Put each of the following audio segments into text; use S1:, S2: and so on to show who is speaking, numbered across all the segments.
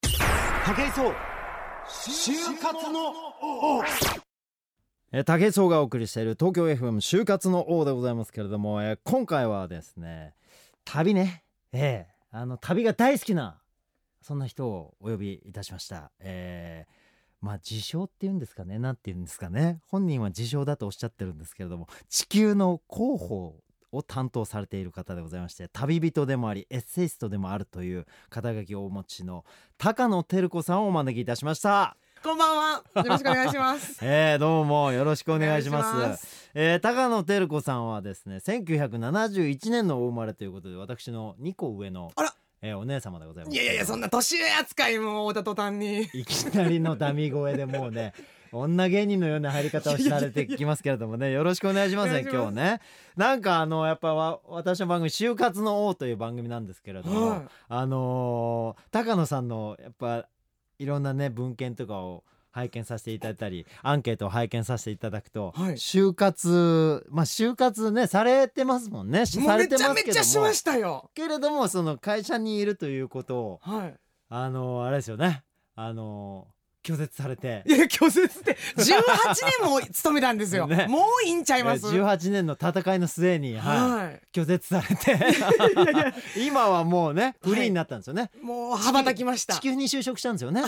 S1: 武井壮就活の王
S2: えー武井壮がお送りしている東京 FM 就活の王でございますけれども、えー今回はですね旅ねええあの旅が大好きなそんな人をお呼びいたしましたえーまあ自称っていうんですかねなんて言うんですかね本人は自称だとおっしゃってるんですけれども地球の広報を担当されている方でございまして旅人でもありエッセイストでもあるという肩書きをお持ちの高野照子さんをお招きいたしました、
S3: こんばんは。よろしくお願いします。
S2: えー、どうもよろしくお願いします
S3: お願いし
S2: えー高野照子さんはですね1971年のお生まれということで私の2個上の
S3: あら
S2: えーお姉様でございます
S3: いやいやいや、そんな年上扱いも太田途端に。
S2: いきなりのダミ声でもう ね女芸人のような入り方をされてきますけれどもねよろしくお願いしますね
S3: お願いし
S2: 今
S3: ます
S2: 日ねなんかあのやっぱわ私の番組「就活の王」という番組なんですけれども、
S3: はい
S2: あのー高野さんのやっぱいろんなね文献とかを拝見させていただいたりアンケートを拝見させていただくと、
S3: はい
S2: 就活まあ就活ねされてますもんねし
S3: も
S2: さ
S3: う
S2: れ
S3: め
S2: て
S3: ちゃ
S2: ます
S3: め
S2: けど
S3: ちゃしま
S2: も
S3: したよ。
S2: けれどもその会社にいるということを
S3: は
S2: あのあれですよねあの拒絶されて
S3: い。いや、拒絶って、18年も勤めたんです よ。
S2: ね
S3: もういいんちゃいます。はい。
S2: 18年の戦いの末に、は、
S3: はい
S2: 拒絶されて 今はもうねフリーになったんですよね、
S3: い。もう羽ばたきました
S2: 地。球に就職したんですよね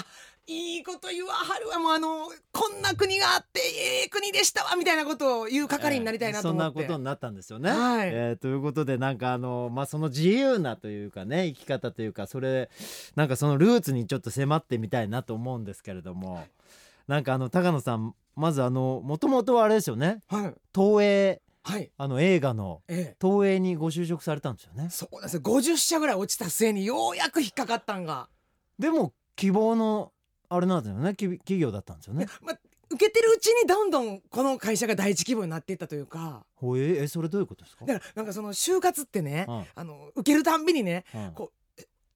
S3: いいこと言わはるわ。もうあの、こんな国があって、ええ国でしたわ。みたいなことを言う係になりたいなと思っ
S2: え
S3: て。
S2: ーそんなことになったんですよね。
S3: はい
S2: えーということでなんかあの、まあ、その自由なというかね生き方というかそれなんかそのルーツにちょっと迫ってみたいなと思うんですけれどもなんかあの高野さんまずあのもともとはあれですよね
S3: はい。
S2: 東映
S3: はい。
S2: あの映画の
S3: ええ。
S2: 東映にご就職されたんですよね。
S3: そうなんですよ。50社ぐらい落ちた末にようやく引っかかったんが。
S2: でも希望のあれなんですよねき企業だったんですよね。
S3: ま、受けてるうちにどんどんこの会社が第一規模になっていったというか
S2: ほええそれどういうことですか
S3: だ？からなんかその就活ってね、
S2: うん
S3: あの受けるたんびにね
S2: うん
S3: こ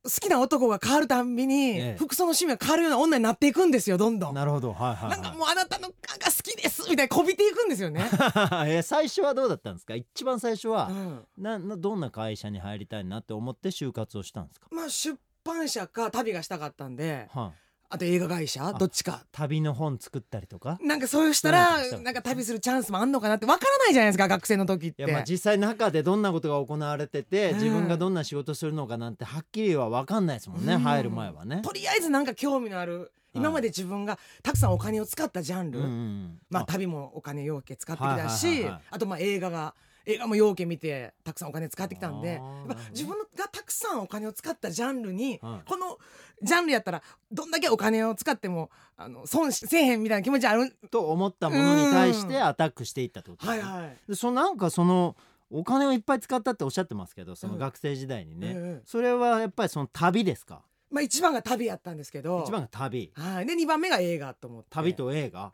S3: 好きな男が変わるたんびに、
S2: ええ
S3: 服装の趣味が変わるような女になっていくんですよどんどん。な
S2: なるほどはいはい、はい。
S3: んかもうあなたのが好きですみたいにこびていくんですよね。
S2: え最初はどうだったんですか？一番最初は
S3: う、ん
S2: ななどんな会社に入りたいなって思って就活をしたんですか、
S3: まあ出版社か旅がしたかったんで
S2: はい
S3: あと映画会社どっちか。
S2: 旅の本作ったりとか
S3: なんかそういうしたら
S2: うん
S3: なんか旅するチャンスもあんのかなってわからないじゃないですか学生の時っ
S2: い
S3: て。
S2: やまあ実際中でどんなことが行われてて、
S3: うん
S2: 自分がどんな仕事するのかなんてはっきりは分かんないですもんね、
S3: うん
S2: 入る前はね。
S3: とりあえずなんか興味のある今まで自分がたくさんお金を使ったジャンル、
S2: うんうん
S3: まあ、旅もお金要件使ってきたし、
S2: はいはいはいはい
S3: あとまあ映画が映画も要件見てたくさんお金使ってきたんで
S2: あー
S3: や
S2: な
S3: っぱ
S2: るほど
S3: 自分がたくさんお金を使ったジャンルに、
S2: うん
S3: このジャンルやったらどんだけお金を使ってもあの損しせえへんみたいな気持ちある
S2: と思ったものに対し
S3: う
S2: て
S3: ん
S2: アタックしていったってことです
S3: はい
S2: ね
S3: はい、
S2: でそのなんかそのお金をいっぱい使ったっておっしゃってますけどその
S3: うん
S2: 学生時代にね、
S3: ええ
S2: それはやっぱりその旅ですか
S3: まあ、一番が旅やったんですけど
S2: 一番が旅
S3: はい、で二番目が映画と思って
S2: 旅、と映画、
S3: は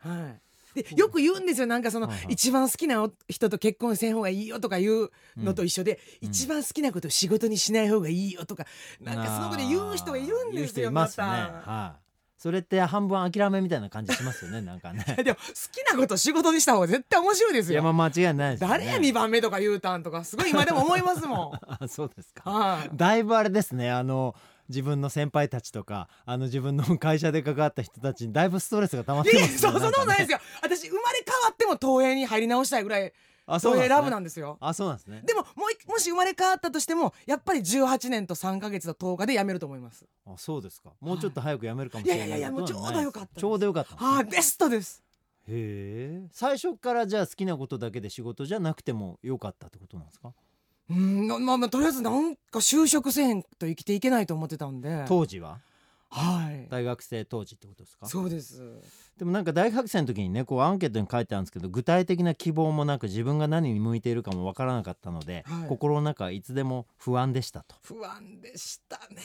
S3: い、でよく言うんですよなんかその、
S2: はいはい
S3: 一番好きな人と結婚せん方がいいよとか言うのと一緒で、
S2: うん
S3: 一番好きなことを仕事にしない方がいいよとか、なんかそのこと言う人がいるんです
S2: あー言う人い
S3: よ
S2: ますね
S3: また
S2: はいそれって半分諦めみたいな感じしますよ ねなんかね
S3: でも好きなこと仕事にした方が絶対面白いです
S2: いや
S3: よ、
S2: まあ間違いないですよね
S3: 誰や2番目とか言うたんとかすごい今でも思いますもん
S2: あ そうですか
S3: はい
S2: だいぶあれですねあの自分の先輩たちとかあの自分の会社で関わった人たちにだいぶストレスが溜まっ
S3: い
S2: て
S3: やい
S2: ま
S3: や
S2: すね
S3: そうそんなことないです
S2: よ
S3: よ私生まれ変わっても東映に入り直したいぐらい
S2: あそう
S3: 東映
S2: な
S3: ラ
S2: んです
S3: ブな
S2: ね
S3: んですよ
S2: あそうなんですね
S3: でももういもし生まれ変わったとしてもやっぱり18年と3か月と10日で辞めると思います
S2: あそうですかもうちょっと早く辞めるかもし
S3: は
S2: れ
S3: い
S2: ない
S3: いやいやいや
S2: ことは
S3: もうちょうどよかったです
S2: ちょうどよかったんですね
S3: はい、ベストです
S2: へえ最初からじゃあ好きなことだけで仕事じゃなくてもよかったってことなんですか
S3: うんなまあまあとりあえずなんか就職せへんと生きていけないと思ってたんで
S2: 当時は
S3: はい
S2: 大学生当時ってことですか
S3: そうです
S2: でもなんか大学生の時にねこうアンケートに書いてあるんですけど具体的な希望もなく自分が何に向いているかもわからなかったので、
S3: はい
S2: 心の中はいつでも不安でしたとこ
S3: 不安でしたね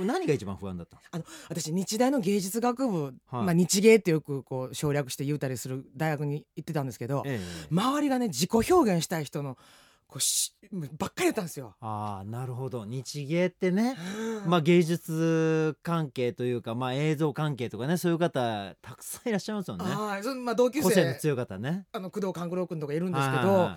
S2: れ何が一番不安だったんですか
S3: あの私日大の芸術学部、
S2: はい
S3: まあ、日芸ってよくこう省略して言うたりする大学に行ってたんですけど、
S2: ええ
S3: 周りがね自己表現したい人のこうしばっかりやったんですよ。
S2: ああなるほど日芸ってね、まあ、芸術関係というか、まあ、映像関係とかねそういう方たくさんいらっしゃいますよね
S3: はいそのまあ、同級
S2: 個性の
S3: 生
S2: 強い方ね。
S3: あの工藤官九郎君とかいるん
S2: で
S3: ですけど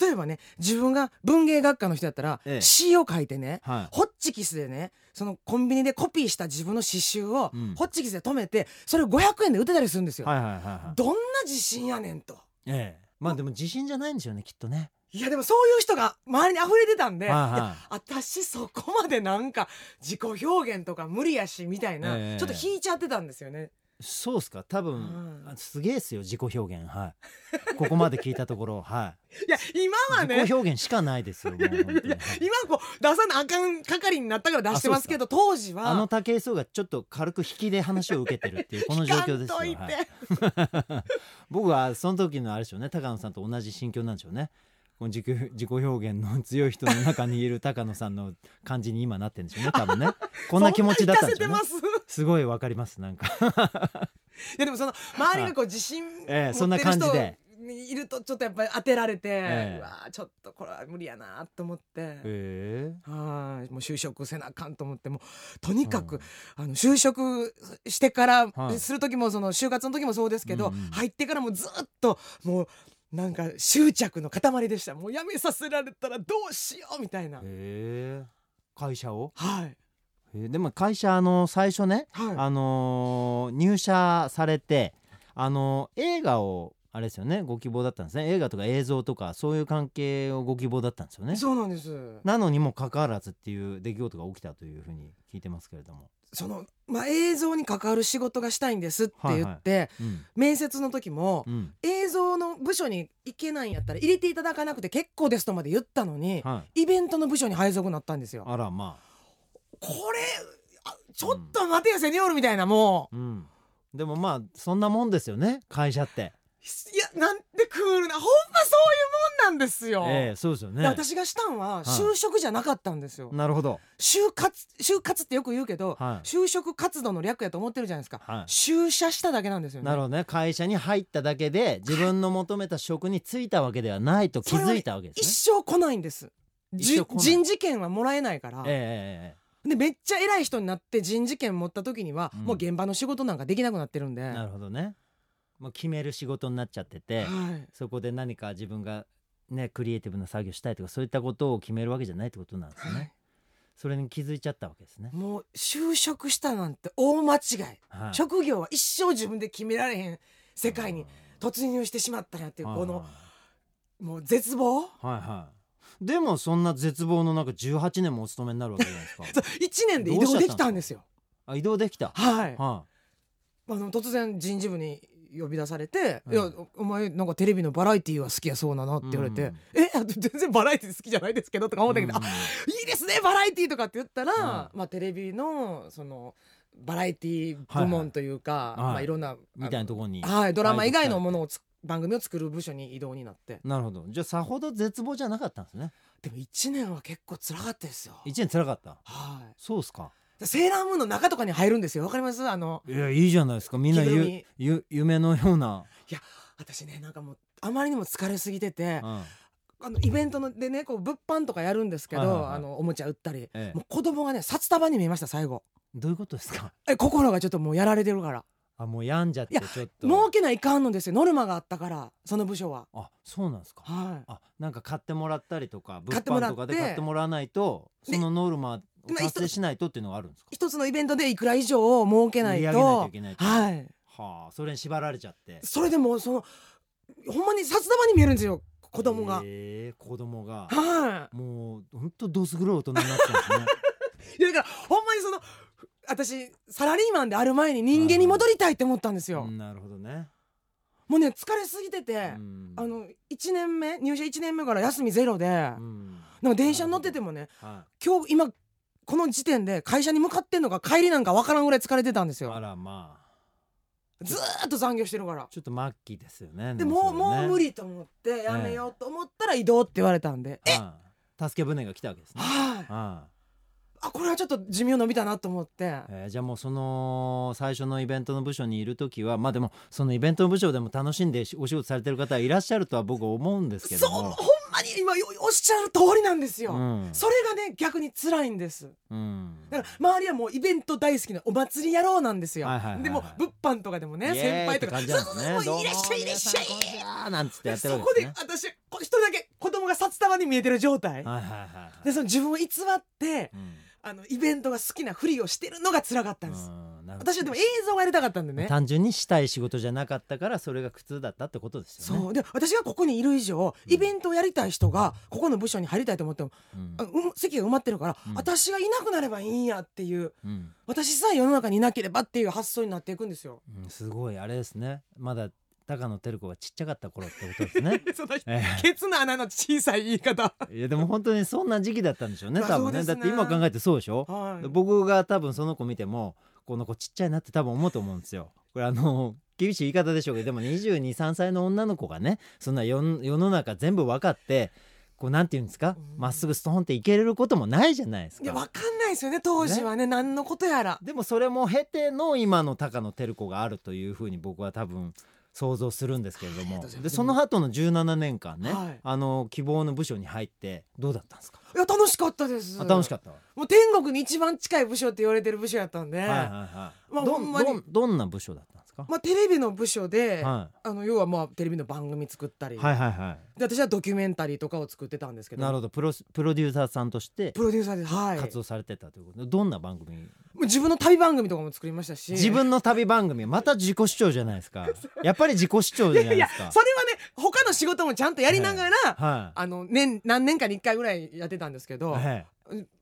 S3: 例えばね自分が文芸学科の人だったら
S2: ええ
S3: 詩を書いてね
S2: はい
S3: ホッチキスでねそのコンビニでコピーした自分の刺繍を
S2: うん
S3: ホッチキスで止めてそれを500円で売ってたりするんですよ。
S2: はいはいはいはい。
S3: どんな自信やねんと
S2: ええ、まあでも自信じゃないんですよねきっとね。
S3: いやでもそういう人が周りに溢れてたんで、
S2: はい
S3: い
S2: は
S3: や私そこまでなんか自己表現とか無理やしみたいな、
S2: ええ
S3: ちょっと引いちゃってたんですよね。
S2: い。そうっすか多分、
S3: うん
S2: あすげえっすよ自己表現はい。 ここまで聞いたところはい。
S3: や今はいね
S2: 自己表現しかないですよもう本当 に。はい
S3: 今こう出さなあかん係になったから出してますけど当時は
S2: あの武井壮がちょっと軽く引きで話を受けてるって いうこの状況ですよ。
S3: 聞かんといて、
S2: はい僕はその時のあれでしょうね高野さんと同じ心境なんでしょうねこの自己自己表現の強い人の中にいる高野さんの感じに今なってるんでしょうね多分 ねこんな気持ちだったんでしょうね
S3: そんな聞かせてます
S2: すごいわかりますなんか
S3: いや でもその周りがこう自信持って
S2: ええ
S3: る
S2: そんな感じ
S3: 人
S2: で
S3: いるとちょっとやっぱり当てられて、
S2: ええ
S3: うわあちょっとこれは無理やなと思って。
S2: え
S3: はいもう就職せなあかんと思ってもうとにかく、あの就職してから
S2: はい
S3: する時もその就活の時もそうですけど、
S2: うんうん
S3: 入ってからもずっともうなんか執着の塊でしたもう辞めさせられたらどうしようみたいな、
S2: え会社を、
S3: はい
S2: えーでも会社あの最初ね、
S3: はい
S2: あのー入社されてあのー映画をあれですよねご希望だったんですね映画とか映像とかそういう関係をご希望だったんですよね
S3: そうなんです
S2: なのにもかかわらずっていう出来事が起きたというふうに聞いてますけれども、
S3: その、まあ、映像に関わる仕事がしたいんですって言って、
S2: うん
S3: 面接の時も、
S2: うん
S3: 映像の部署に行けないんやったら入れていただかなくて結構ですとまで言ったのに、
S2: はい、
S3: イベントの部署に配属になったんですよ。
S2: あらま
S3: これあちょっと待てよセニョールみたいなも
S2: あ、うん、でもまあそんなもんですよね会社って、
S3: ういやなんてクールなほんまそういうもんなんですよ、
S2: ええそうですよね
S3: で私がしたんは就職じゃなかったんですよ、
S2: なるほど
S3: 就活就活ってよく言うけど、
S2: はい
S3: 就職活動の略やと思ってるじゃないですか、
S2: はい
S3: 就社しただけなんですよね
S2: なるほどね会社に入っただけで自分の求めた職に就いたわけではないと気づいたわけで
S3: 一
S2: す
S3: 生来ないんです
S2: 一
S3: じ
S2: 生来ない
S3: 人事権はもらえないから、
S2: ねえええええ
S3: でめっちゃ偉い人になって人事権持った時には、
S2: うん
S3: もう現場の仕事なんかできなくなってるんで
S2: えなるほどねもう決める仕事になっちゃってて
S3: はい
S2: そこで何か自分がねクリエイティブな作業したいとかそういったことを決めるわけじゃないってことなんですね、
S3: はい
S2: それに気づいちゃったわけですね、
S3: もう就職したなんて大間違い、
S2: はい、
S3: 職業は一生自分で決められへん世界に突入してしまったんやっていう
S2: はい
S3: このもう絶望
S2: はいはいでもそんな絶望の中18年もお勤めになるわけじゃないですか
S3: そう一年で移動できたんですよ
S2: あ移動できた
S3: はいあ
S2: は
S3: の突然人事部に呼び出されて「
S2: うん
S3: いやお前なんかテレビのバラエティーは好きやそうだな」って言われて
S2: うん
S3: 「えあ全然バラエティー好きじゃないですけど」とか
S2: い
S3: 思ったけど「
S2: うん
S3: あいいですねバラエティー」とかって言ったら、
S2: は
S3: まあ、テレビのそのバラエティー部門というか、
S2: はいはい
S3: まあ、いろんな、
S2: みたいなところに
S3: はい、ドラマ以外のも
S2: の
S3: のをつ番組を作る部署に異動になって
S2: なるほどじゃあさほど絶望じゃなかったんですね
S3: でも1年は結構辛かったですよ
S2: 1年辛かった
S3: は
S2: そうっすか
S3: いセーラームーンの中とかに入るんですよわかりますあの
S2: いやいいじゃないですかみんな
S3: 着ぐ
S2: ゆ
S3: るみ
S2: ゆ夢のような、
S3: 私ねなんかもうあまりにも疲れすぎてて
S2: うん
S3: あのイベントのでねこう物販とかやるんですけど、
S2: はいはいはい
S3: あのおもちゃ売ったり、
S2: ええ
S3: もう子供がね札束に見えました最後
S2: どういうことですか
S3: え心がちょっともうやられてるから
S2: あもう病んじゃっ
S3: い
S2: て
S3: や
S2: ちょっと
S3: 儲けないかんのですよノルマがあったからその部署は
S2: あそうなんですか
S3: はい
S2: あなんか買ってもらったりとか物
S3: 買っても
S2: 販
S3: らっ
S2: とか
S3: て
S2: で買ってもらわないとそ
S3: で
S2: のノルマを
S3: まあ一つ
S2: 達成しないとっていうのがあるんですか
S3: 一つのイベントでいくら以上を儲けない
S2: 売り上げないとい
S3: と
S2: けないと
S3: はい
S2: はあそれに縛られちゃって
S3: それでもうそのほんまに札束に見えるんですよ子供が、
S2: ええ子供が
S3: は
S2: もう本当どす黒い大人になってます ね
S3: いいやだからほんまにその私サラリーマンである前に人間に戻りたいって思ったんですよ、
S2: うんなるほどね、
S3: もうね疲れすぎてて、
S2: うん
S3: あの1年目入社1年目から休みゼロで、
S2: うん
S3: なんか電車に乗っててもね
S2: は
S3: 今日今この時点で会社に向かってんのか帰りなんかわからんぐらい疲れてたんです
S2: い、あ
S3: よ
S2: らまあ
S3: ずーっと残業してるから
S2: ちょっと末期ですよね
S3: でもう
S2: もそれ
S3: も
S2: ね
S3: う無理と思ってやめようと思ったら移動って言われたんで、え
S2: はい助け船が来たわけですね
S3: は
S2: は
S3: いあこれはちょっと寿命伸びたなと思って
S2: えーじゃあもうその最初のイベントの部署にいる時はまあでもそのイベントの部署でも楽しんでしお仕事されてる方いらっしゃるとは僕思うんですけ
S3: そう
S2: ど
S3: ほん
S2: も
S3: まに今おっしゃる通りなんですよ、
S2: うん
S3: それがね逆に辛いんです
S2: うん
S3: だから周りはもうイベント大好きなお祭り野郎なんですよ、
S2: はいはいはいはい
S3: でも物販とかでもね
S2: イエーイ
S3: 先輩と
S2: って
S3: か
S2: 感じなんですね
S3: そうそうそういらっしゃいいらっしゃい
S2: どうも皆さんこんにちはなんつってやってる
S3: そ
S2: わ
S3: こ
S2: けです
S3: で
S2: ね
S3: 私こ一人だけ子供が札束に見えてる状態、
S2: はいはいはいはい
S3: でその自分を偽って
S2: うん
S3: あのイベントが好きなふりをしてるのが辛かったんです、
S2: うんなるほど
S3: 私はでも映像がやりたかったんでね
S2: 単純にしたい仕事じゃなかったからそれが苦痛だったってことですよね
S3: そうで私がここにいる以上
S2: うん
S3: イベントをやりたい人がここの部署に入りたいと思っても、
S2: うん
S3: あうん席が埋まってるから、
S2: うん
S3: 私がいなくなればいいんやっていう
S2: うん
S3: 私さえ世の中にいなければっていう発想になっていくんですよ。
S2: うんすごいあれですねまだ高野照子がちっちゃかった頃ってことです ね
S3: その
S2: え
S3: ケツの穴の小さい言い方。
S2: えいやでも本当にそんな時期だったんでしょうね
S3: まあ
S2: 多分ね
S3: そうです
S2: だっ
S3: ね
S2: て今考えてそうでしょ
S3: はい。
S2: 僕が多分その子見てもこの子ちっちゃいなって多分思うと思うんですよ。これあの厳しい言い方でしょうけどでも2 2 3歳の女の子がねそんな世の世の中全部分かってこうなんて言うんですか
S3: うん
S2: まっすぐストンっていけれることもないじゃないです
S3: いやわ
S2: か。
S3: かんないですよね当時はね何のことやら。
S2: でもそれも経ての今の高野照子があるというふうに僕は多分想像するんですけれど
S3: ありが
S2: も
S3: とうございま
S2: ですその後の17年間ね、
S3: はい
S2: あの希望の部署に入ってどうだったんですか、
S3: いや楽しかったです。
S2: あ楽しか
S3: っ
S2: ったわ、
S3: た。もう天国に一番近い部署って言われてる部署やったんで、
S2: はいはいはい、
S3: まあ
S2: ど
S3: ほんまに
S2: どんどんな部署だったんですか、
S3: まあテレビの部署で、
S2: はい
S3: あの要はまあテレビの番組作ったり、
S2: はいはいはい
S3: で私はドキュメンタリーとかを作ってたんですけど、
S2: なるほどプロスプロデューサーさんとして
S3: プロデューサーではい。
S2: 活動されてたということで、どんな番組
S3: もう自分の旅番組とかも作りましたし
S2: 自分の旅番組また自己主張じゃないです かやっぱり自己主張じゃない
S3: い
S2: で
S3: や
S2: す
S3: それ
S2: か
S3: はね他の仕事もちゃんとやりながら、
S2: は
S3: あの年何年かに1回ぐらいやってたんですけ
S2: い
S3: ど、
S2: はい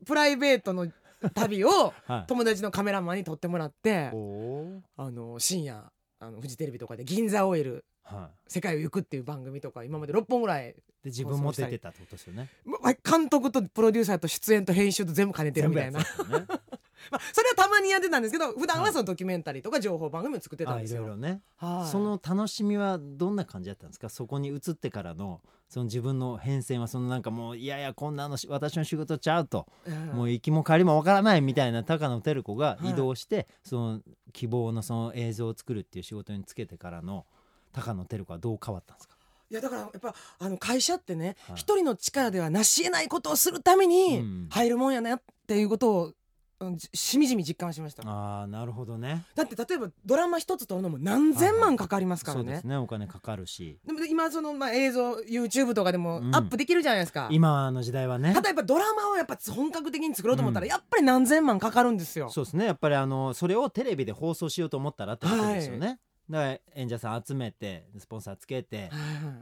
S3: プライベートの旅を
S2: はい
S3: 友達のカメラマンに撮ってもらって
S2: おー
S3: あの深夜あのフジテレビとかで「銀座オイル
S2: は
S3: 世界を行く」っていう番組とか今まで6本ぐら
S2: い
S3: い
S2: で自分も出てたってことですよね
S3: ま監督とプロデューサーと出演と編集と全部兼ねてるみたいな、
S2: 全部やって たんですよね
S3: まあ、それはたまにやってたんですけど普段
S2: は
S3: はいそのドキュメンタリーとか情報番組を作ってたん
S2: あ
S3: で
S2: い
S3: す
S2: ろい
S3: よ。
S2: ろね
S3: はい
S2: その楽しみはどんな感じだったんですかそこに移ってからのその自分の変遷はそのなんかもういやいやこんなのし私の仕事ちゃうと
S3: うん
S2: もう行きも帰りもわからないみたいな高野照子が
S3: はい
S2: 移動して、その希望のその映像を作るっていう仕事につけてからの高野照子はどう変わったんですか、
S3: いやだからやっぱあの会社ってね
S2: はい
S3: 一、人の力では成し得ないことをするため
S2: うん
S3: に入るもんやなっていうことを、うんじしみじみ実感しましただ
S2: ああなるほどね
S3: って例えばドラマ一つ撮るのも何千万かかりますか
S2: そ
S3: ら
S2: う
S3: ね、
S2: ですねお金かかるし
S3: でも今その、まあ、映像 YouTube とかでも
S2: うん
S3: アップできるじゃないですか、
S2: 今の時代はね
S3: ただやっぱドラマをやっぱ本格的に作ろうと思ったら
S2: うん
S3: やっぱり何千万かかるんですよ、
S2: そうですねやっぱりあのそれをテレビで放送しようと思ったらってことですよね、だから演者さん集めてスポンサーつけて、
S3: はい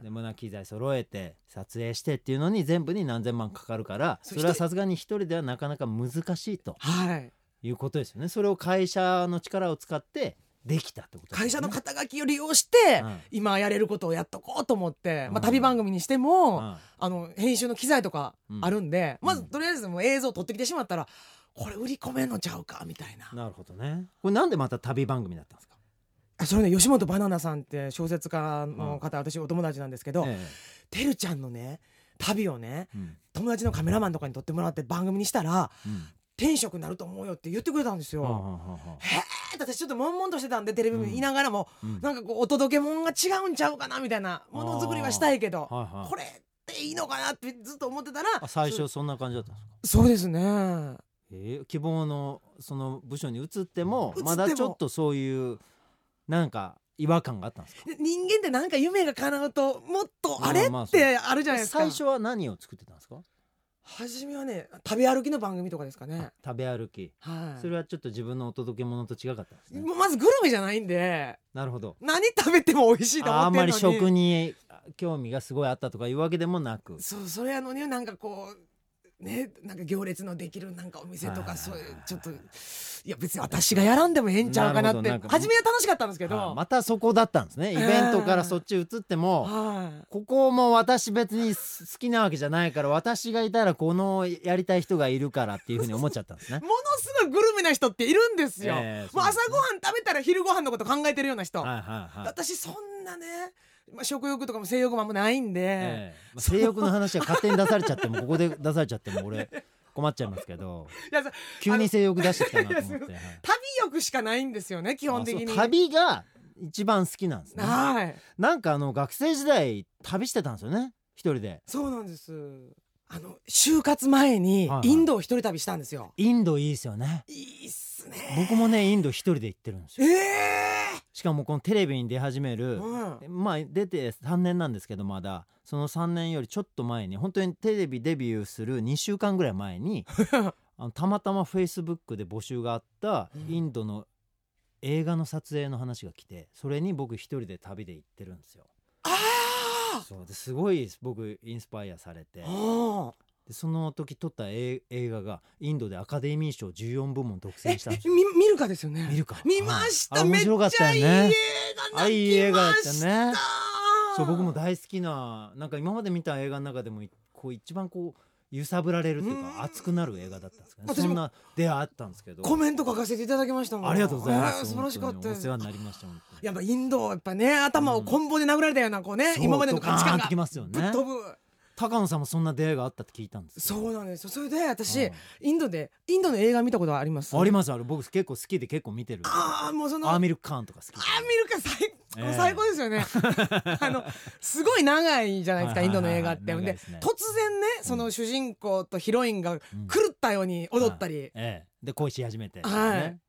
S2: で無駄機材揃えて撮影してっていうのに全部に何千万かかるから
S3: そ
S2: そう
S3: 一人
S2: れはさすがに一人ではなかなか難しいと
S3: はい
S2: いうことですよねそれを会社の力を使ってできたってことで
S3: 会
S2: す
S3: 社
S2: よね
S3: の肩書きを利用して、
S2: うん
S3: 今やれることをやっとこうと思って、
S2: う
S3: ま
S2: ん
S3: あ、旅番組にしても、
S2: うん
S3: あの編集の機材とかあるんで、
S2: うん
S3: まずとりあえずもう映像撮ってきてしまったらこれ売り込めんのちゃうかみたいな
S2: なるほどねこれなんでまた旅番組だったんですか、
S3: あそれね吉本ばななさんって小説家の方、私お友達なんですけど、
S2: ええ
S3: てるちゃんのね旅をね
S2: うん
S3: 友達のカメラマンとかに撮ってもらって番組にしたら
S2: うん
S3: 天職になると思うよって言ってくれたんですよ。
S2: はあはあはあはあ
S3: へえって私ちょっと悶々としてたんでテレビ見ながらも、
S2: うん
S3: なんかこうお届け物が違うんちゃうかなみたいなものづくりはしたいけど、
S2: はいはい
S3: これっていいのかなってずっと思ってたら
S2: あ最初そんな感じだったんですか
S3: そそうですね
S2: ええ希望のその部署に移っても
S3: 移っても
S2: まだちょっとそういうなんか違和感があったんですか
S3: で人間ってなんか夢が叶うともっとあ
S2: ま
S3: れ
S2: あまあ
S3: っ
S2: そう
S3: てあるじゃないですか
S2: 最初は何を作ってたんですか、
S3: 初めはね食べ歩きの番組とかですかね
S2: 食べ歩き
S3: はい
S2: それはちょっと自分のお届け物と違かったんですね
S3: もうまずグルメじゃないんで
S2: なるほど
S3: 何食べても美味しいと
S2: ああ
S3: 思っ
S2: ん
S3: てるの
S2: ま
S3: に
S2: り食に興味がすごいあったとかいうわけでもなく
S3: そうそれやのになんかこうねなんか行列のできるなんかお店と
S2: はいはいはい
S3: かそういうちょっといや別に私がやらんでもええんちゃうかなっ
S2: な
S3: て
S2: るほどなんか
S3: 初めは楽しかったんですけど、
S2: はいまたそこだったんですねイベントからそっち移っても、
S3: はい
S2: ここも私別に好きなわけじゃないから私がいたらこのやりたい人がいるからっていうふうに思っちゃったん ですね
S3: ものすごいグルメな人っているんですよ、
S2: ええ
S3: もう
S2: そう
S3: 朝
S2: ですね
S3: ごはん食べたら昼ご飯のこと考えてるような人、
S2: はいはいはい、
S3: 私そんなね、まあ、食欲とかも性欲もあんまないんで、
S2: ええまあ性欲の話が勝手に出されちゃってもここで出されちゃっても俺困っちゃいますけど
S3: いやそ
S2: 急に性欲出してきたなと思っ
S3: い
S2: て、はい
S3: 旅欲しかないんですよね基本的
S2: あそ
S3: に
S2: う旅が一番好きなんですね
S3: はい
S2: なんかあの学生時代旅してたんですよね一人で
S3: そうなんですあの就活前に
S2: はいはい
S3: インドを一人旅したんですよ、
S2: インドいいですよね
S3: いい、っすね
S2: 僕もねインド一人で行ってるんです
S3: え
S2: よ
S3: え
S2: しかもこのテレビに出始める
S3: うん
S2: まあ出て3年なんですけどまだその3年よりちょっと前に本当にテレビデビューする2週間ぐらい前 にあのたまたまフェイスブックで募集があった
S3: うん
S2: インドの映画の撮影の話が来てそれに僕一人で旅で行ってるんですよ。
S3: ああ
S2: そうですごい僕インスパイアされて
S3: おー
S2: でその時撮った映映画がインドでアカデミー賞14部門独
S3: え
S2: 占したんです
S3: え
S2: よ。
S3: み見るかですよね
S2: 見るか
S3: 見まし
S2: は
S3: た、
S2: いあ
S3: め
S2: 面
S3: っ
S2: 白かっ
S3: ちゃ
S2: た
S3: いい
S2: よ
S3: 映
S2: ね
S3: 画
S2: あいい
S3: 泣
S2: 映
S3: き
S2: 画だ
S3: ま
S2: っ
S3: したた
S2: ねそう僕も大好きななんか今まで見た映画の中でもいこう一番こう揺さぶられるという
S3: うん
S2: か熱くなる映画だったんですかね
S3: 私も
S2: そんな出会いあったんですけど
S3: コメント書かせていただきましたもん
S2: ありがとうございます、
S3: えー素晴らしかった
S2: 本当に
S3: で
S2: お
S3: す
S2: 世話になりました本当に
S3: やっぱインドはやっぱね頭をコンボで殴られたようなこうね、
S2: そう
S3: 今までの価
S2: ド
S3: 値観
S2: カーンと
S3: が
S2: きますよね
S3: ぶっ飛ぶ
S2: 高野さんもそんな出会いがあったって聞いたんですよ
S3: そうなんですよそれで私
S2: あ
S3: インドでインドの映画見たことはあります
S2: ありますあれ僕結構好きで結構見てる
S3: ああもうその
S2: ア
S3: あ
S2: ー
S3: 見
S2: ミル・カーンとか好き
S3: るか最
S2: ええ
S3: 最高ですよね、 あのすごい長いじゃないです
S2: はいはいは
S3: か、
S2: い
S3: インドの映画って、
S2: 長い
S3: で
S2: ですね
S3: 突然ねその主人公とヒロインが
S2: うん
S3: 狂ったように踊ったり、
S2: ええ、で恋し始めて、
S3: はい
S2: ね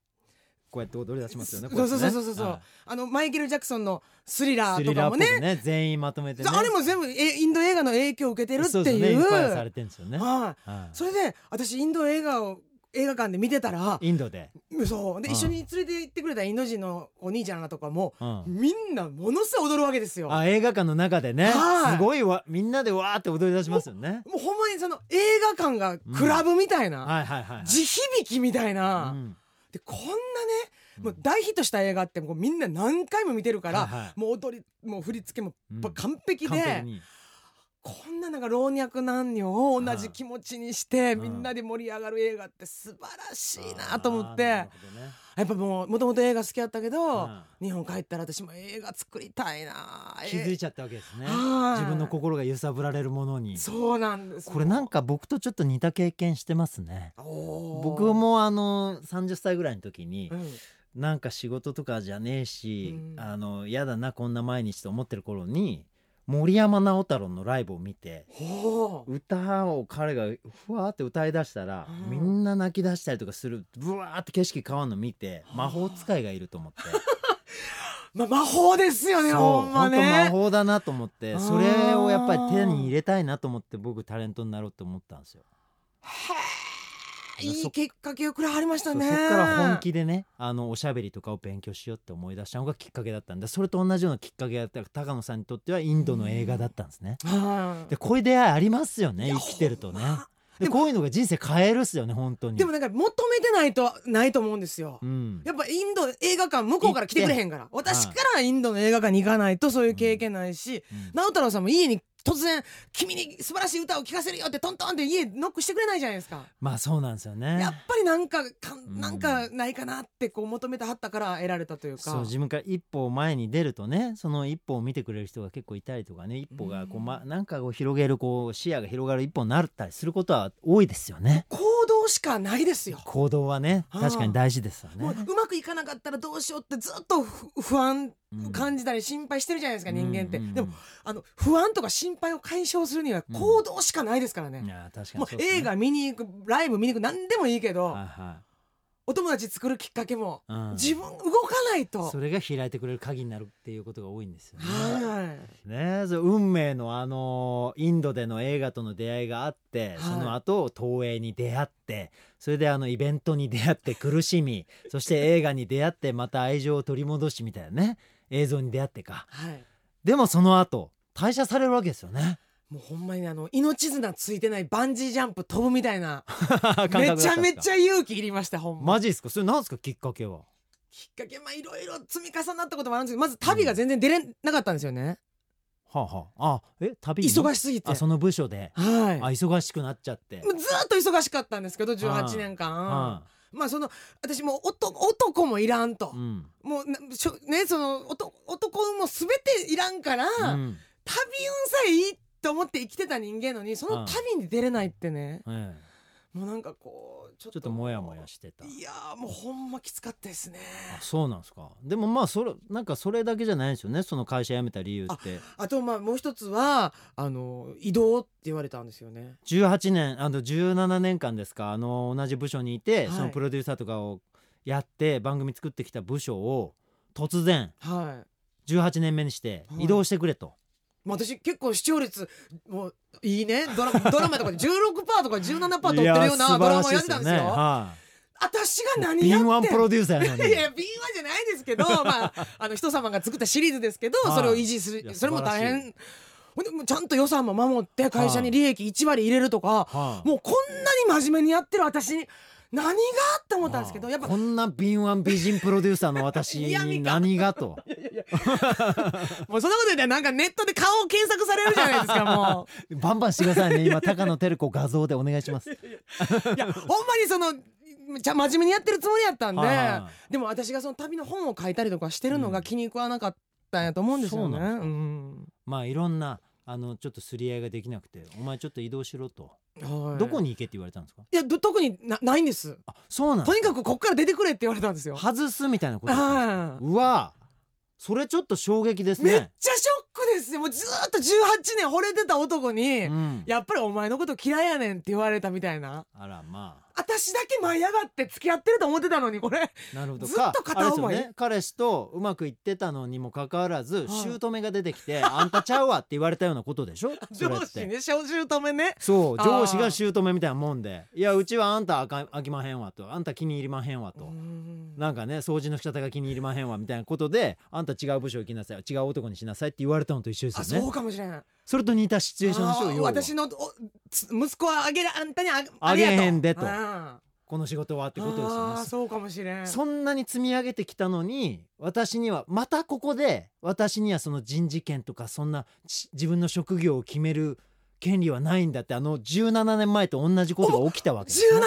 S2: こうやって踊り出しますよね
S3: そ
S2: こ
S3: うそう
S2: やって
S3: そ
S2: ね
S3: うそうそう、
S2: はい
S3: あのマイケル・ジャクソンのスリラ
S2: ス
S3: ーと
S2: リ
S3: か
S2: ラー
S3: も
S2: っぽ
S3: ね
S2: くね全員まとめてね
S3: あれも全部えインド映画の影響を受けてるって
S2: そうですね
S3: い
S2: イ
S3: う
S2: ンスパイアされてるんですよね、
S3: はい
S2: はい
S3: それで私インド映画を映画館で見てたら
S2: インドで、
S3: そうで
S2: うん
S3: 一緒に連れて行ってくれたインド人のお兄ちゃんらとかも
S2: うん、
S3: みんなものすごい踊るわけですよ。も
S2: あ映画館の中でね
S3: はい
S2: すごいわみんなでわーって踊り出しますよね
S3: うほんまにその映画館がクラブみたいな、
S2: はいはいはいはい
S3: 地響きみたいうな、
S2: ん
S3: でこんなね
S2: うん
S3: もう大ヒットした映画ってもうみんな何回も見てるから、
S2: はいはい
S3: もう踊りもう振り付けも
S2: うん
S3: ば完璧で、
S2: 完璧に
S3: こんななんか老若男女を同じ気持ちにして、
S2: うん
S3: みんなで盛り上がる映画って素晴らしいなと思って
S2: あーなる
S3: や
S2: ほどね
S3: っぱもうもともと映画好きだったけど、
S2: うん
S3: 日本帰ったら私も映画作りたいな
S2: 気づい
S3: ち
S2: ちゃったわけですね
S3: はい
S2: 自分の心が揺さぶられるものに
S3: そうなんです
S2: これなん
S3: か
S2: か僕とちょっと似た経験してますね僕
S3: 僕、
S2: もあの30歳ぐらいの時に
S3: うん
S2: なんか仕事とかじゃねえし、
S3: うん
S2: あの嫌だなこんな毎日と思ってる頃に森山直太朗のライブを見て
S3: ほう
S2: 歌を彼がふわーって歌い出したら、
S3: うん
S2: みんな泣き出したりとかするぶわーって景色変わるの見て魔法使いがいると思って
S3: ま魔法です よねほんま
S2: 本当魔
S3: ね
S2: 法だなと思って
S3: あー
S2: それをやっぱり手に入れたいなと思って僕タレントになろうと思ったんですよ。
S3: へーいいきっかけをくれはりまし
S2: そ
S3: た
S2: う
S3: ね
S2: そっから本気でねあのおしゃべりとかを勉強しようって思い出したのがきっかけだったんでそれと同じようなきっかけだった高野さんにとってはインドの映画だったんですね。
S3: はい
S2: でこういう出会いありますよね生きてるとね。で
S3: でも
S2: こういうのが人生変えるっすよね本当に。
S3: でもなんか求めてないとないと思うんですよ、
S2: うん、
S3: やっぱインド映画館向こうから来てくれへんから私からインドの映画館に行かないとそういう経験ないし、
S2: うん
S3: 直太朗さんも家に突然「君に素晴らしい歌を聴かせるよ」ってトントンって家ノックしてくれないじゃないですか。
S2: まあそうなんですよね。
S3: やっぱりなんかか
S2: ん
S3: なんかないかなってこう求めてはったから得られたというか
S2: そう自分から一歩前に出るとねその一歩を見てくれる人が結構いたりとかね一歩がこう、ま、なんかこう広げるこう視野が広がる一歩になったりすることは多いですよね。
S3: 行動しかないですよ。
S2: 行動はね
S3: あー
S2: 確かに大事ですよね。
S3: もううまくいかなかったらどうしようってずっとふ不安
S2: うん
S3: 感じたり心配してるじゃないですか、人間って、
S2: うんうんうん
S3: でもあの不安とか心配を解消するには行動しかないですからね、
S2: いやー確か
S3: も
S2: に
S3: う
S2: そうですね
S3: 映画見に行くライブ見に行く何でもいいけど、
S2: はいは
S3: お友達作るきっかけも、
S2: いうん
S3: 自分動かないと
S2: それが開いてくれる鍵になるっていうことが多いんですよね。
S3: はい
S2: ねえそう運命のあのインドでの映画との出会いがあって、
S3: い
S2: その後東映に出会ってそれであのイベントに出会って苦し みそして映画に出会ってまた愛情を取り戻しみたいなね映像に出会ってか
S3: はい
S2: でもその後退社されるわけですよね
S3: もうほんまにあの命綱ついてないバンジージャンプ飛ぶみたいな め
S2: め
S3: ちゃめち
S2: ゃ
S3: ゃ勇気いりましたほんま
S2: マジですかそれなんですかきっかけは
S3: きっかけまあいろいろ積み重なったこともあるんですけどまず旅が全然出れなかったんですよね、
S2: はあはああえ旅に
S3: 忙しすぎて
S2: あその部署で、
S3: はい
S2: あ忙しくなっちゃって
S3: もうずーっと忙しかったんですけど18年間、まあその私もう男男もいらんと
S2: う、ん
S3: もうなしょねその男男も全ていらんから、
S2: うん
S3: 旅運さえいいと思って生きてた人間のにその旅に出れないってね、
S2: ええ
S3: もうなんかこうちょっ
S2: ちょ
S3: と
S2: っとモヤモヤしてた
S3: いやーもうほんまきつかったですね
S2: あそうなんですかでもまあそれなんかそれだけじゃないんですよねその会社辞めた理由って
S3: あとまあもう一つはあの移動って言われたんですよね
S2: 18年あの17年間ですかあの同じ部署にいて、
S3: はい
S2: そのプロデューサーとかをやって番組作ってきた部署を突然
S3: はい
S2: 18年目にして
S3: はい
S2: 移動してくれと、
S3: まあ私結構視聴率もういいねド ラドラマとかで16%とか17%取ってる
S2: い
S3: よ
S2: や
S3: う
S2: 素晴
S3: なドラ
S2: ら
S3: マ
S2: し
S3: を
S2: い
S3: やってたんですよ
S2: は
S3: 私が
S2: い、
S3: 何やって
S2: 敏腕プロデューサーやのに
S3: いやいや敏腕じゃないですけど、 まあ、あの人様が作ったシリーズですけど、
S2: はい
S3: それを維持す
S2: いや
S3: るそれも大
S2: 素晴
S3: 変ほんでもうちゃんと予算も守って会社に利益1割入れるとか、
S2: はい
S3: もうこんなに真面目にやってる私に何がって思ったんですけど
S2: はい
S3: やっぱ
S2: こんな敏腕美人プロデューサーの私
S3: 嫌味
S2: に
S3: か
S2: 何がと
S3: もうそんなこと言ったらなんかネットで顔を検索されるじゃないです かも
S2: バンバンしてくださいね今高野照子画像でお願いします
S3: ういやほんまにそのじゃ真面目にやってるつもりやったんで、
S2: はいは
S3: でも私がその旅の本を書いたりとかしてるの
S2: う
S3: が
S2: ん
S3: 気に食わなかったんやと思うんですよ
S2: そ
S3: ね。
S2: うなんですか
S3: うん
S2: まあいろんなあのちょっとすり合いができなくてお前ちょっと移動しろと、
S3: はい
S2: どこに行けって言われたんですか
S3: いやど特になないんです
S2: あそうなん
S3: とにかくこっから出てくれって言われたんですよ。
S2: 外すみたいなことだったんです
S3: は
S2: うわそれちょっと衝撃です
S3: いめっ
S2: ね、
S3: ちゃショックですよもうずーっと18年惚れてた男に、
S2: うん、
S3: やっぱりお前のこと嫌いやねんって言われたみたいな
S2: あらま
S3: 私だけ舞い上がって付き合ってると思ってたのにこれ
S2: あなるほど
S3: ずっと
S2: か
S3: 片思い
S2: あれですよね彼氏とうまくいってたのにもかかわらず、
S3: い
S2: 姑が出てきて「あんたちゃうわ」って言われたようなことでしょそれっ
S3: 上
S2: て
S3: 司ね小姑ね
S2: そう
S3: あー
S2: 上司が姑みたいなもんで「いやうちはあんたあかあきまへんわ」と「あんた気に入りまへんわ」と。
S3: うん
S2: なんかね掃除の仕方が気に入りまへんわみたいなことであんた違う部署行きなさい違う男にしなさいって言われたのと一緒で
S3: あ
S2: すよ
S3: そ
S2: ね
S3: うかもしれん
S2: それと似たシチュエーションでしょ
S3: あー
S2: 要は
S3: 私のおつ息子はあげらあんたにあ
S2: あげへんで
S3: あ
S2: と
S3: れや
S2: この仕事はってことですよ
S3: あー
S2: ね
S3: そうかもしれん
S2: そんなに積み上げてきたのに私にはまたここで私にはその人事権とかそんなち自分の職業を決める権利はないんだってあの17年前と同じことが起きたわけ
S3: 17
S2: で
S3: 年
S2: す、ね、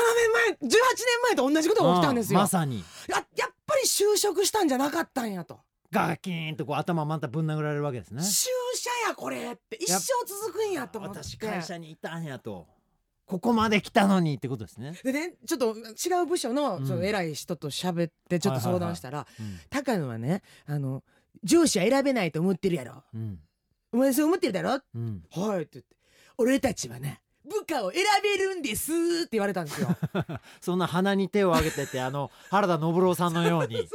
S3: 前18年前と同じことが起きたんですよ
S2: ああまさに
S3: ややっぱり就職したんじゃなかったんやと、
S2: ガキーンとこう頭またぶん殴られるわけですね
S3: 就社やこれって一生続くんやと思って
S2: 私会社にいたんやとここまで来たのにってことですね、
S3: でねちょっと違う部署の
S2: うん
S3: その偉い人と喋ってちょっと相談したら、
S2: うん
S3: 高野はねあの上司は選べないと思ってるやろ
S2: うん
S3: お前そう思ってるだろ
S2: うん、
S3: はいって言って俺たちはね部下を選べるんですって言われたんですよ
S2: そんな鼻に手を挙げててあの原田信郎さんのよう に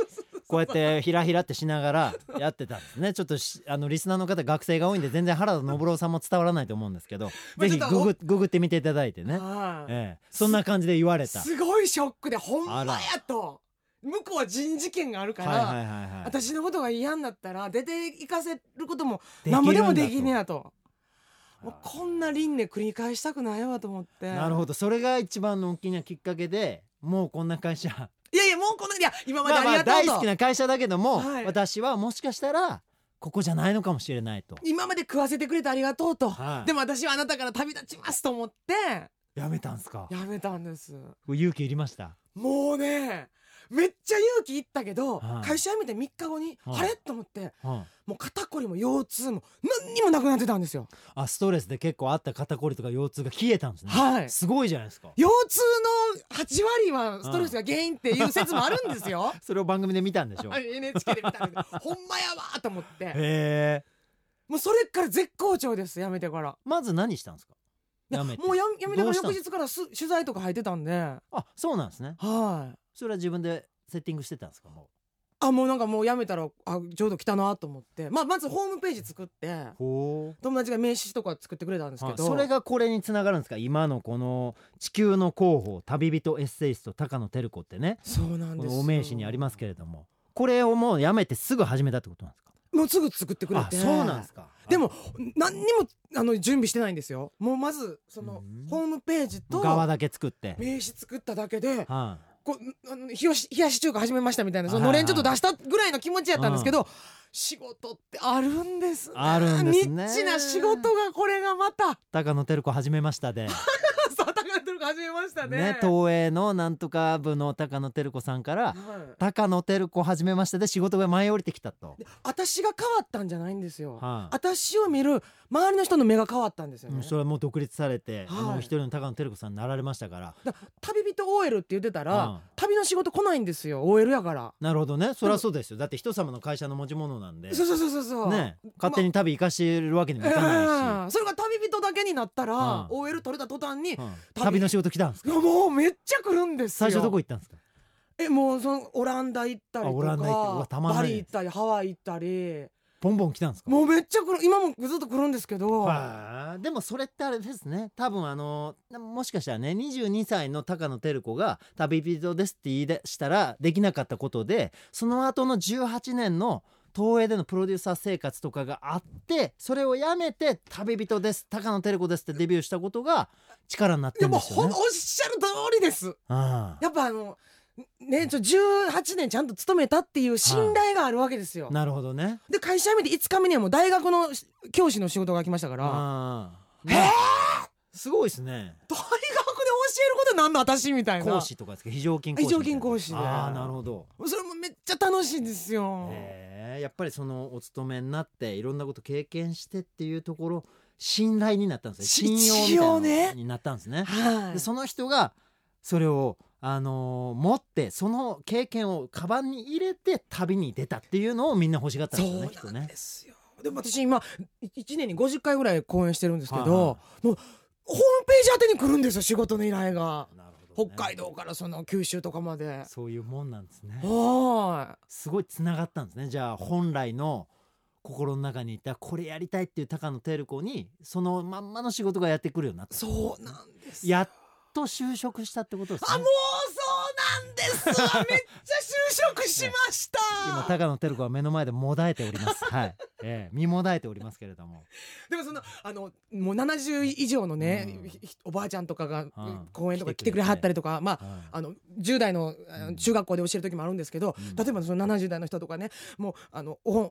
S2: こうやってひらひらってしながらやってたんですねちょっとしあのリスナーの方学生が多いんで全然原田信郎さんも伝わらないと思うんです けど
S3: ま
S2: ぜ
S3: あ
S2: ひ
S3: ちょっと
S2: ググググってみていただいて ね、
S3: はい
S2: ええ、そんな感じで言われた
S3: すごいショックでほんま
S2: あら
S3: やと向こうは人事権があるから、
S2: はいはいはいはい
S3: 私のことが嫌になったら出て行かせることも
S2: きるんだと
S3: 何もでもできねえやと
S2: あ
S3: もう
S2: ー
S3: こんな輪廻繰り返したくないわと思って
S2: なるほどそれが一番の大きなきっかけでもうこんな会社
S3: いやいやもうこのいや今まで
S2: まあま
S3: あ
S2: あ
S3: りがとう
S2: 大
S3: と、
S2: 好きな会社だけども、
S3: はい
S2: 私はもしかしたらここじゃないのかもしれないと、
S3: 今まで食わせてくれてありがとうと、
S2: はい
S3: でも私はあなたから旅立ちますと思って
S2: やめたんすか
S3: やめたんです
S2: 勇気いりました
S3: もうねめっちゃ勇気いったけど、
S2: はい
S3: 会社辞めて3日後に、
S2: はい
S3: あれと思って
S2: うん
S3: もう肩こりも腰痛も何にもなくなってたんですよ、
S2: あストレスで結構あった肩こりとか腰痛が消えたんですね、
S3: はい
S2: すごいじゃないですか
S3: 腰痛の8割はストレスが原因っていう説もあるんです よ
S2: それを番組で見たんでしょ
S3: あ NHK で見たんですけどほんまやわーと思って
S2: へえ
S3: もうそれから絶好調です辞めてから
S2: まず何したんですか
S3: いや
S2: やめて
S3: もうや辞めて
S2: ど
S3: か
S2: う
S3: ら
S2: した
S3: 翌日からす取材とか入ってたんでは
S2: あそうなんですね
S3: い
S2: それは自分でセッティングしてたんですかも
S3: あもうなんかもう辞めたらあちょうど来たなと思って、まあ、まずホームページ作って
S2: うほ
S3: 友達が名刺とか作ってくれたんですけ
S2: う
S3: ど
S2: それがこれにつながるんですか今のこの地球の広報旅人エッセイスト高野照子ってね
S3: そうなん
S2: こ
S3: です
S2: の
S3: よ
S2: お名刺にありますけれどもこれをもうやめてすぐ始めたってことなんですか
S3: もうすぐ作ってくれ
S2: あ
S3: て
S2: そうなんですか
S3: でも何にもあの準備してないんですよもうまずその
S2: うん
S3: ホームページと
S2: 側だけ作って
S3: 名刺作っただけで
S2: は
S3: こうあの冷やし冷やし中華始めましたみたいなそ
S2: はい
S3: のの
S2: はい
S3: れんちょっと出したぐらいの気持ちやったんですけど、仕事ってあるんですね
S2: あるんですね
S3: ニッチな仕事がこれがまた
S2: い高野照子始めましたで
S3: そうだから登録始めましたね
S2: ね東映のなんとか部の高野照子さんから
S3: はい
S2: 「高野照子はじめまして」で仕事が舞い降りてきたと。
S3: で私が変わったんじゃないんですよ、
S2: はい
S3: 私を見る周りの人の目が変わったんですよ
S2: う
S3: ね
S2: ん、それはもう独立されて、
S3: はい
S2: もう一人の高野照子さんになられましたから
S3: だ旅人 OL って言ってたら、
S2: うん
S3: 旅の仕事来ないんですよ OL やから
S2: なるほどねそりゃそうですよだって人様の会社の持ち物なんで、
S3: そうそうそうそうそう
S2: ね、勝手に旅行かしてるわけにもいかな
S3: うんそれが旅人だけになったら、
S2: うん
S3: OL 取れた途端に、
S2: いし、うん
S3: 旅
S2: 旅の仕事来たんですか
S3: いやもうめっちゃ来るんです
S2: 最
S3: よ
S2: 初どこ行ったんですか
S3: えもうそのオランダ行ったり
S2: あ
S3: と
S2: オラ
S3: か
S2: ンダ行ってうわたまんない
S3: バリ行ったりハワイ行ったり
S2: ボンボン来たんですか
S3: もうめっちゃ来る今もずっと来るんですけど、
S2: はいでもそれってあれですね多分あのもしかしたらね22歳の高野照子が「旅人です」って言い出したらできなかったことでその後の18年の東映でのプロデューサー生活とかがあってそれをやめて「旅人です高野照子です」ってデビューしたことが力になっ
S3: い
S2: てる
S3: や
S2: ん
S3: もう
S2: です
S3: ほ
S2: よ
S3: んお
S2: ね
S3: っ。しゃる通りです
S2: あ
S3: やっぱあのねちょ18年ちゃんと勤めたっていう信頼があるわけですよ、
S2: あなるほどね。
S3: で会社辞めて5日目にはもう大学の教師の仕事が来ましたから大
S2: ああねすごいですね。
S3: 学で教えることなんの私みたいな
S2: 講師とかですか非常勤講師みたいな。
S3: 非常勤講師で
S2: ああなるほど。
S3: それもめっちゃ楽しいんですよ、
S2: えーやっぱりそのお勤めになっていろんなこと経験してっていうところ信頼になったんですね
S3: し
S2: 信用みたいなの
S3: 一応ね
S2: になったんですね。
S3: はい
S2: でその人がそれを、あのー持ってその経験をカバンに入れて旅に出たっていうのをみんな欲しがったんですよねきっ
S3: そ
S2: と
S3: うなん
S2: ね
S3: で。すよでも私今1年に50回ぐらい公演してるんですけど、
S2: はいは
S3: もうホームページ宛てに来るんですよ仕事の依頼が、
S2: なるほど
S3: 北
S2: ね
S3: 海道からその九州とかまで
S2: そういうもんなんですね。
S3: は
S2: すごいつながったんですねじゃあ本来の心の中にいたこれやりたいっていう高野照子にそのまんまの仕事がやってくるようになっ
S3: い
S2: た
S3: そうなんです
S2: やっと就職したってことです
S3: あ
S2: ね
S3: も うそうなんですわめっちゃ就職しました
S2: 今高野照子は目の前でもだえておりますはい、ええ、身もだえておりますけれども
S3: でもそのあのもう70以上のね、
S2: うん
S3: ひひおばあちゃんとかが
S2: うん
S3: 公演とか
S2: 来
S3: 来
S2: て
S3: て
S2: く
S3: く
S2: れて
S3: れはったりとかまあ
S2: はい
S3: あの10代のあ
S2: うん
S3: 中学校で教える時もあるんですけど、
S2: うん
S3: 例えばその70代の人とかねもうあのお本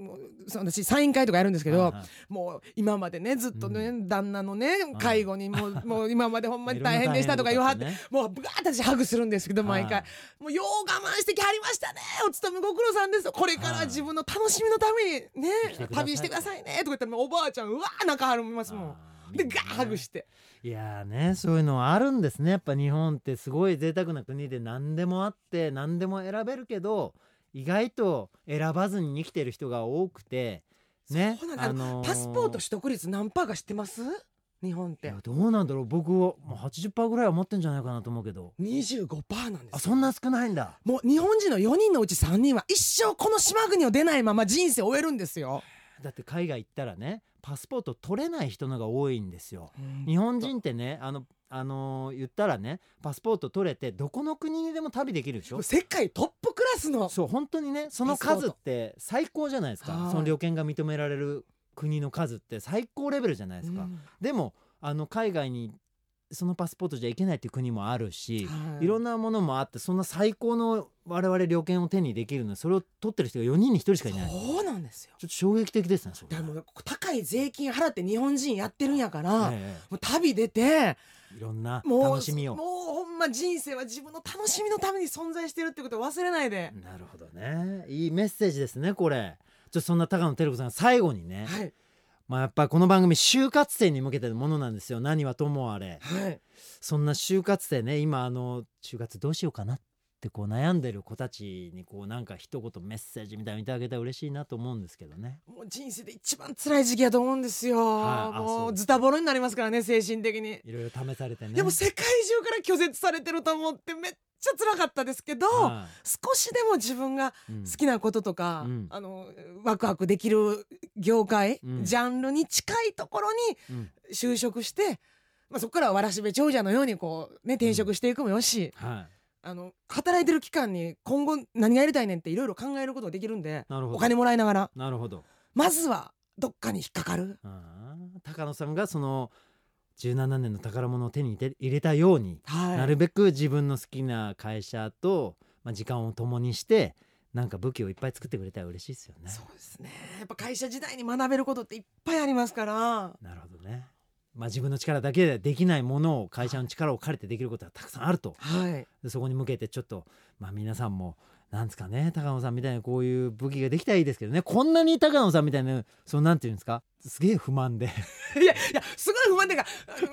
S3: もうその私サイン会とかやるんですけど、
S2: はいはい
S3: もう今までねずっとね、
S2: う
S3: 旦那のね
S2: ん
S3: 介護にもうもう今までほんまに大変でしたと か
S2: い
S3: 言
S2: ろん
S3: わ
S2: な
S3: は
S2: 大
S3: って。
S2: 変だったね
S3: もうガーッて私ハグするんですけど毎
S2: は
S3: 回
S2: い
S3: もうよう我慢してきはりましたねお勤めご苦労さんですこれからは自分の楽しみのためにね
S2: 来てください
S3: 旅してくださいねとか言ったらもうおばあちゃんうわー泣かはるみますもん
S2: あー
S3: で
S2: みん
S3: ガ
S2: な
S3: ーッハグして
S2: いやーねそういうのはあるんですねやっぱ日本ってすごい贅沢な国で何でもあって何でも選べるけど意外と選ばずに生きてる人が多くてね
S3: そうなんだあの
S2: の
S3: パスポート取得率何パーか知ってます日本っ
S2: い
S3: て
S2: やどうなんだろう僕はもう80%ぐらいは持ってんじゃないかなと思うけど
S3: 25%なんです
S2: あ
S3: よ
S2: そんな少ないんだ
S3: もう日本人の4人のうち3人は一生この島国を出ないまま人生を終えるんですよ
S2: だって海外行ったらねパスポート取れない人のが多いんですよ日本人ってねあのあのー言ったらねパスポート取れてどこの国にでも旅できるでしょ
S3: 世界トップクラスの
S2: そう本当にねその数って最高じゃないです
S3: は
S2: か
S3: い
S2: その旅券が認められる国の数って最高レベルじゃないですか、
S3: うん
S2: でもあの海外にそのパスポートじゃいけないっていう国もあるし、
S3: はい
S2: い、ろんなものもあってそんな最高の我々旅券を手にできるのにそれを取ってる人が4人に1人しかいないちょ
S3: そうなんですよ
S2: っと衝撃的ですねそれ
S3: だからもう高い税金払って日本人やってるんやから、
S2: え
S3: もう旅出て
S2: えいろんな
S3: もう
S2: 楽しみを
S3: もうほんま人生は自分の楽しみのために存在してるってことを忘れないで、
S2: なるほどねいいメッセージですねこれちょっとそんな高野照子さん最後にね、
S3: はい
S2: まあやっぱりこの番組就活生に向けてのものなんですよ何はともあれ
S3: はい
S2: そんな就活生ね今あの就活どうしようかなってこう悩んでる子たちにこうなんか一言メッセージみたいなのいただけたら嬉しいなと思うんですけどね
S3: もう人生で一番辛い時期やと思うんですよ、
S2: はいあ
S3: も
S2: そう
S3: う
S2: です
S3: ズタボロになりますからね精神的に
S2: いろいろ試されてね
S3: でも世界中から拒絶されてると思ってめっちゃ辛かったですけど
S2: は
S3: 少しでも自分が
S2: いうん
S3: 好きなこととか、
S2: うん
S3: あのワクワクできる業界、
S2: うん
S3: ジャンルに近いところ
S2: うん
S3: に就職して、まあ、そこからはわらしべ長者のようにこう、ね、転職していくもよし、
S2: はい
S3: あの働いてる期間に今後何がやりたいねんっていろいろ考えることができるんで
S2: なるほど
S3: お金もらいながら
S2: なるほど
S3: まずはどっかに引っかかる。
S2: うん高野さんがその17年の宝物を手に入れ入れたように
S3: はい、
S2: なるべく自分の好きな会社と、まあ、時間を共にしてなんか武器をいっぱい作ってくれたら嬉しいですよね
S3: そうですねやっぱ会社時代に学べることっていっぱいありますから
S2: なるほどねまあ、自分の力だけではできないものを会社の力を借りてできることはたくさんあると
S3: はい
S2: でそこに向けてちょっと、まあ、皆さんもなんですかね高野さんみたいなこういう武器ができたらいいですけどねこんなに高野さんみたいなそのなんていうんですかすげえ不満で
S3: いやいやすごい不満だか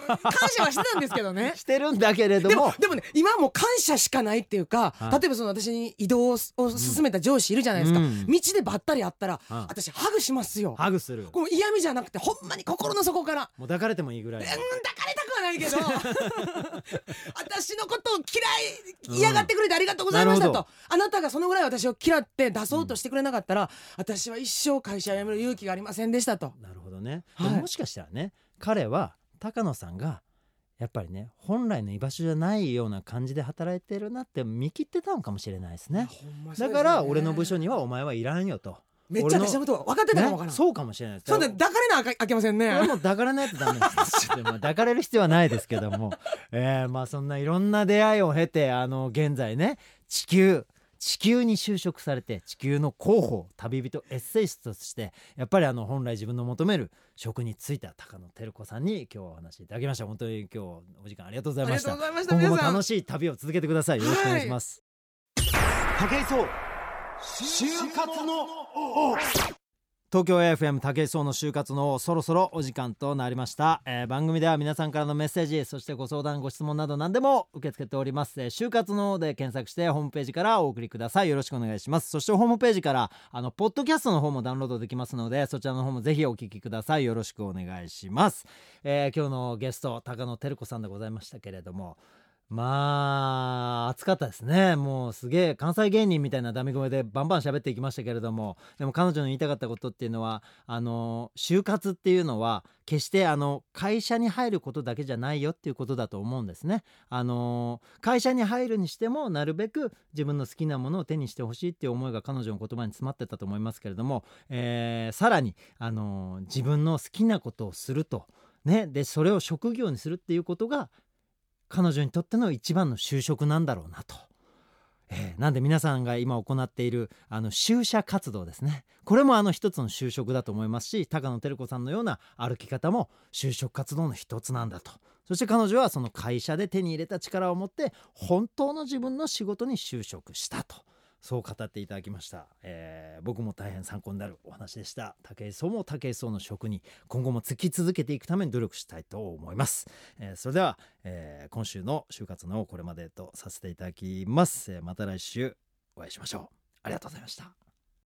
S3: ら感謝はしてたんですけ どね
S2: してるんだけれど
S3: で
S2: も
S3: もでもね今はもう感謝しかないっていうか、
S2: はい
S3: 例えばその私に移動を進めた上司いるじゃないですか、
S2: うん
S3: 道でばったり会ったら、
S2: うん
S3: 私ハグしますよ、
S2: ハグする
S3: こう嫌味じゃなくてほんまに心の底から
S2: もう抱かれてもいいぐら
S3: うん
S2: い
S3: 抱かれたくはないけど 私のことを嫌い嫌がってくれてありがとうございました
S2: うんな
S3: と、
S2: る
S3: あなたがそのぐらい私を嫌って出そうとしてくれなかったら、私は一生会社を辞める勇気がありませんでしたと
S2: なるほどね、
S3: はい
S2: でももしかしたらね彼は高野さんがやっぱりね本来の居場所じゃないような感じで働いてるなって見切ってたのかもしれないですね
S3: ほんまそう
S2: だ
S3: ですね
S2: から俺の部署にはお前はいらんよと、
S3: めっちゃ私のこと分かってたかもわから
S2: ね
S3: ん、
S2: そうかもしれないです
S3: そうだ抱かれなあかあけません
S2: これは
S3: ね
S2: もう抱からないとダメ です。ちょっとまあ抱かれる必要はないですけども、えーまあそんないろんな出会いを経てあの現在ね地球地球に就職されて地球の広報旅人エッセイストとしてやっぱりあの本来自分の求める職に就いた高野照子さんに今日はお話いただきました本当に今日お時間ありがとうござ
S3: あ
S2: いま
S3: りが
S2: し
S3: とう
S2: た
S3: ございました
S2: 今後も
S3: 皆さん
S2: 楽しい旅を続けてくださいよろしくお願いします、
S1: 武井壮就活の王
S2: 東京 AFM 武井壮の就活のそろそろお時間となりました、えー番組では皆さんからのメッセージそしてご相談ご質問など何でも受け付けております、えー就活の王で検索してホームページからお送りくださいよろしくお願いしますそしてホームページからあのポッドキャストの方もダウンロードできますのでそちらの方もぜひお聞きくださいよろしくお願いします、えー今日のゲスト高野照子さんでございましたけれどもまあ暑かったですねもうすげえ関西芸人みたいなダミ声でバンバン喋っていきましたけれどもでも彼女の言いたかったことっていうのはあの就活っていうのは決してあの会社に入ることだけじゃないよっていうことだと思うんですね。あの会社に入るにしてもなるべく自分の好きなものを手にしてほしいっていう思いが彼女の言葉に詰まってたと思いますけれども、えーさらにあの自分の好きなことをすると、ね、でそれを職業にするっていうことが彼女にとっての一番の就職なんだろうなと。えーなんで皆さんが今行っているあの就社活動ですねこれもあの一つの就職だと思いますし高野照子さんのような歩き方も就職活動の一つなんだとそして彼女はその会社で手に入れた力を持って本当の自分の仕事に就職したとそう語っていただきました、えー僕も大変参考になるお話でした武井壮も武井壮の職に今後も突き続けていくために努力したいと思います、えーそれでは、えー今週の就活のこれまでとさせていただきます、えーまた来週お会いしましょうありがとうございました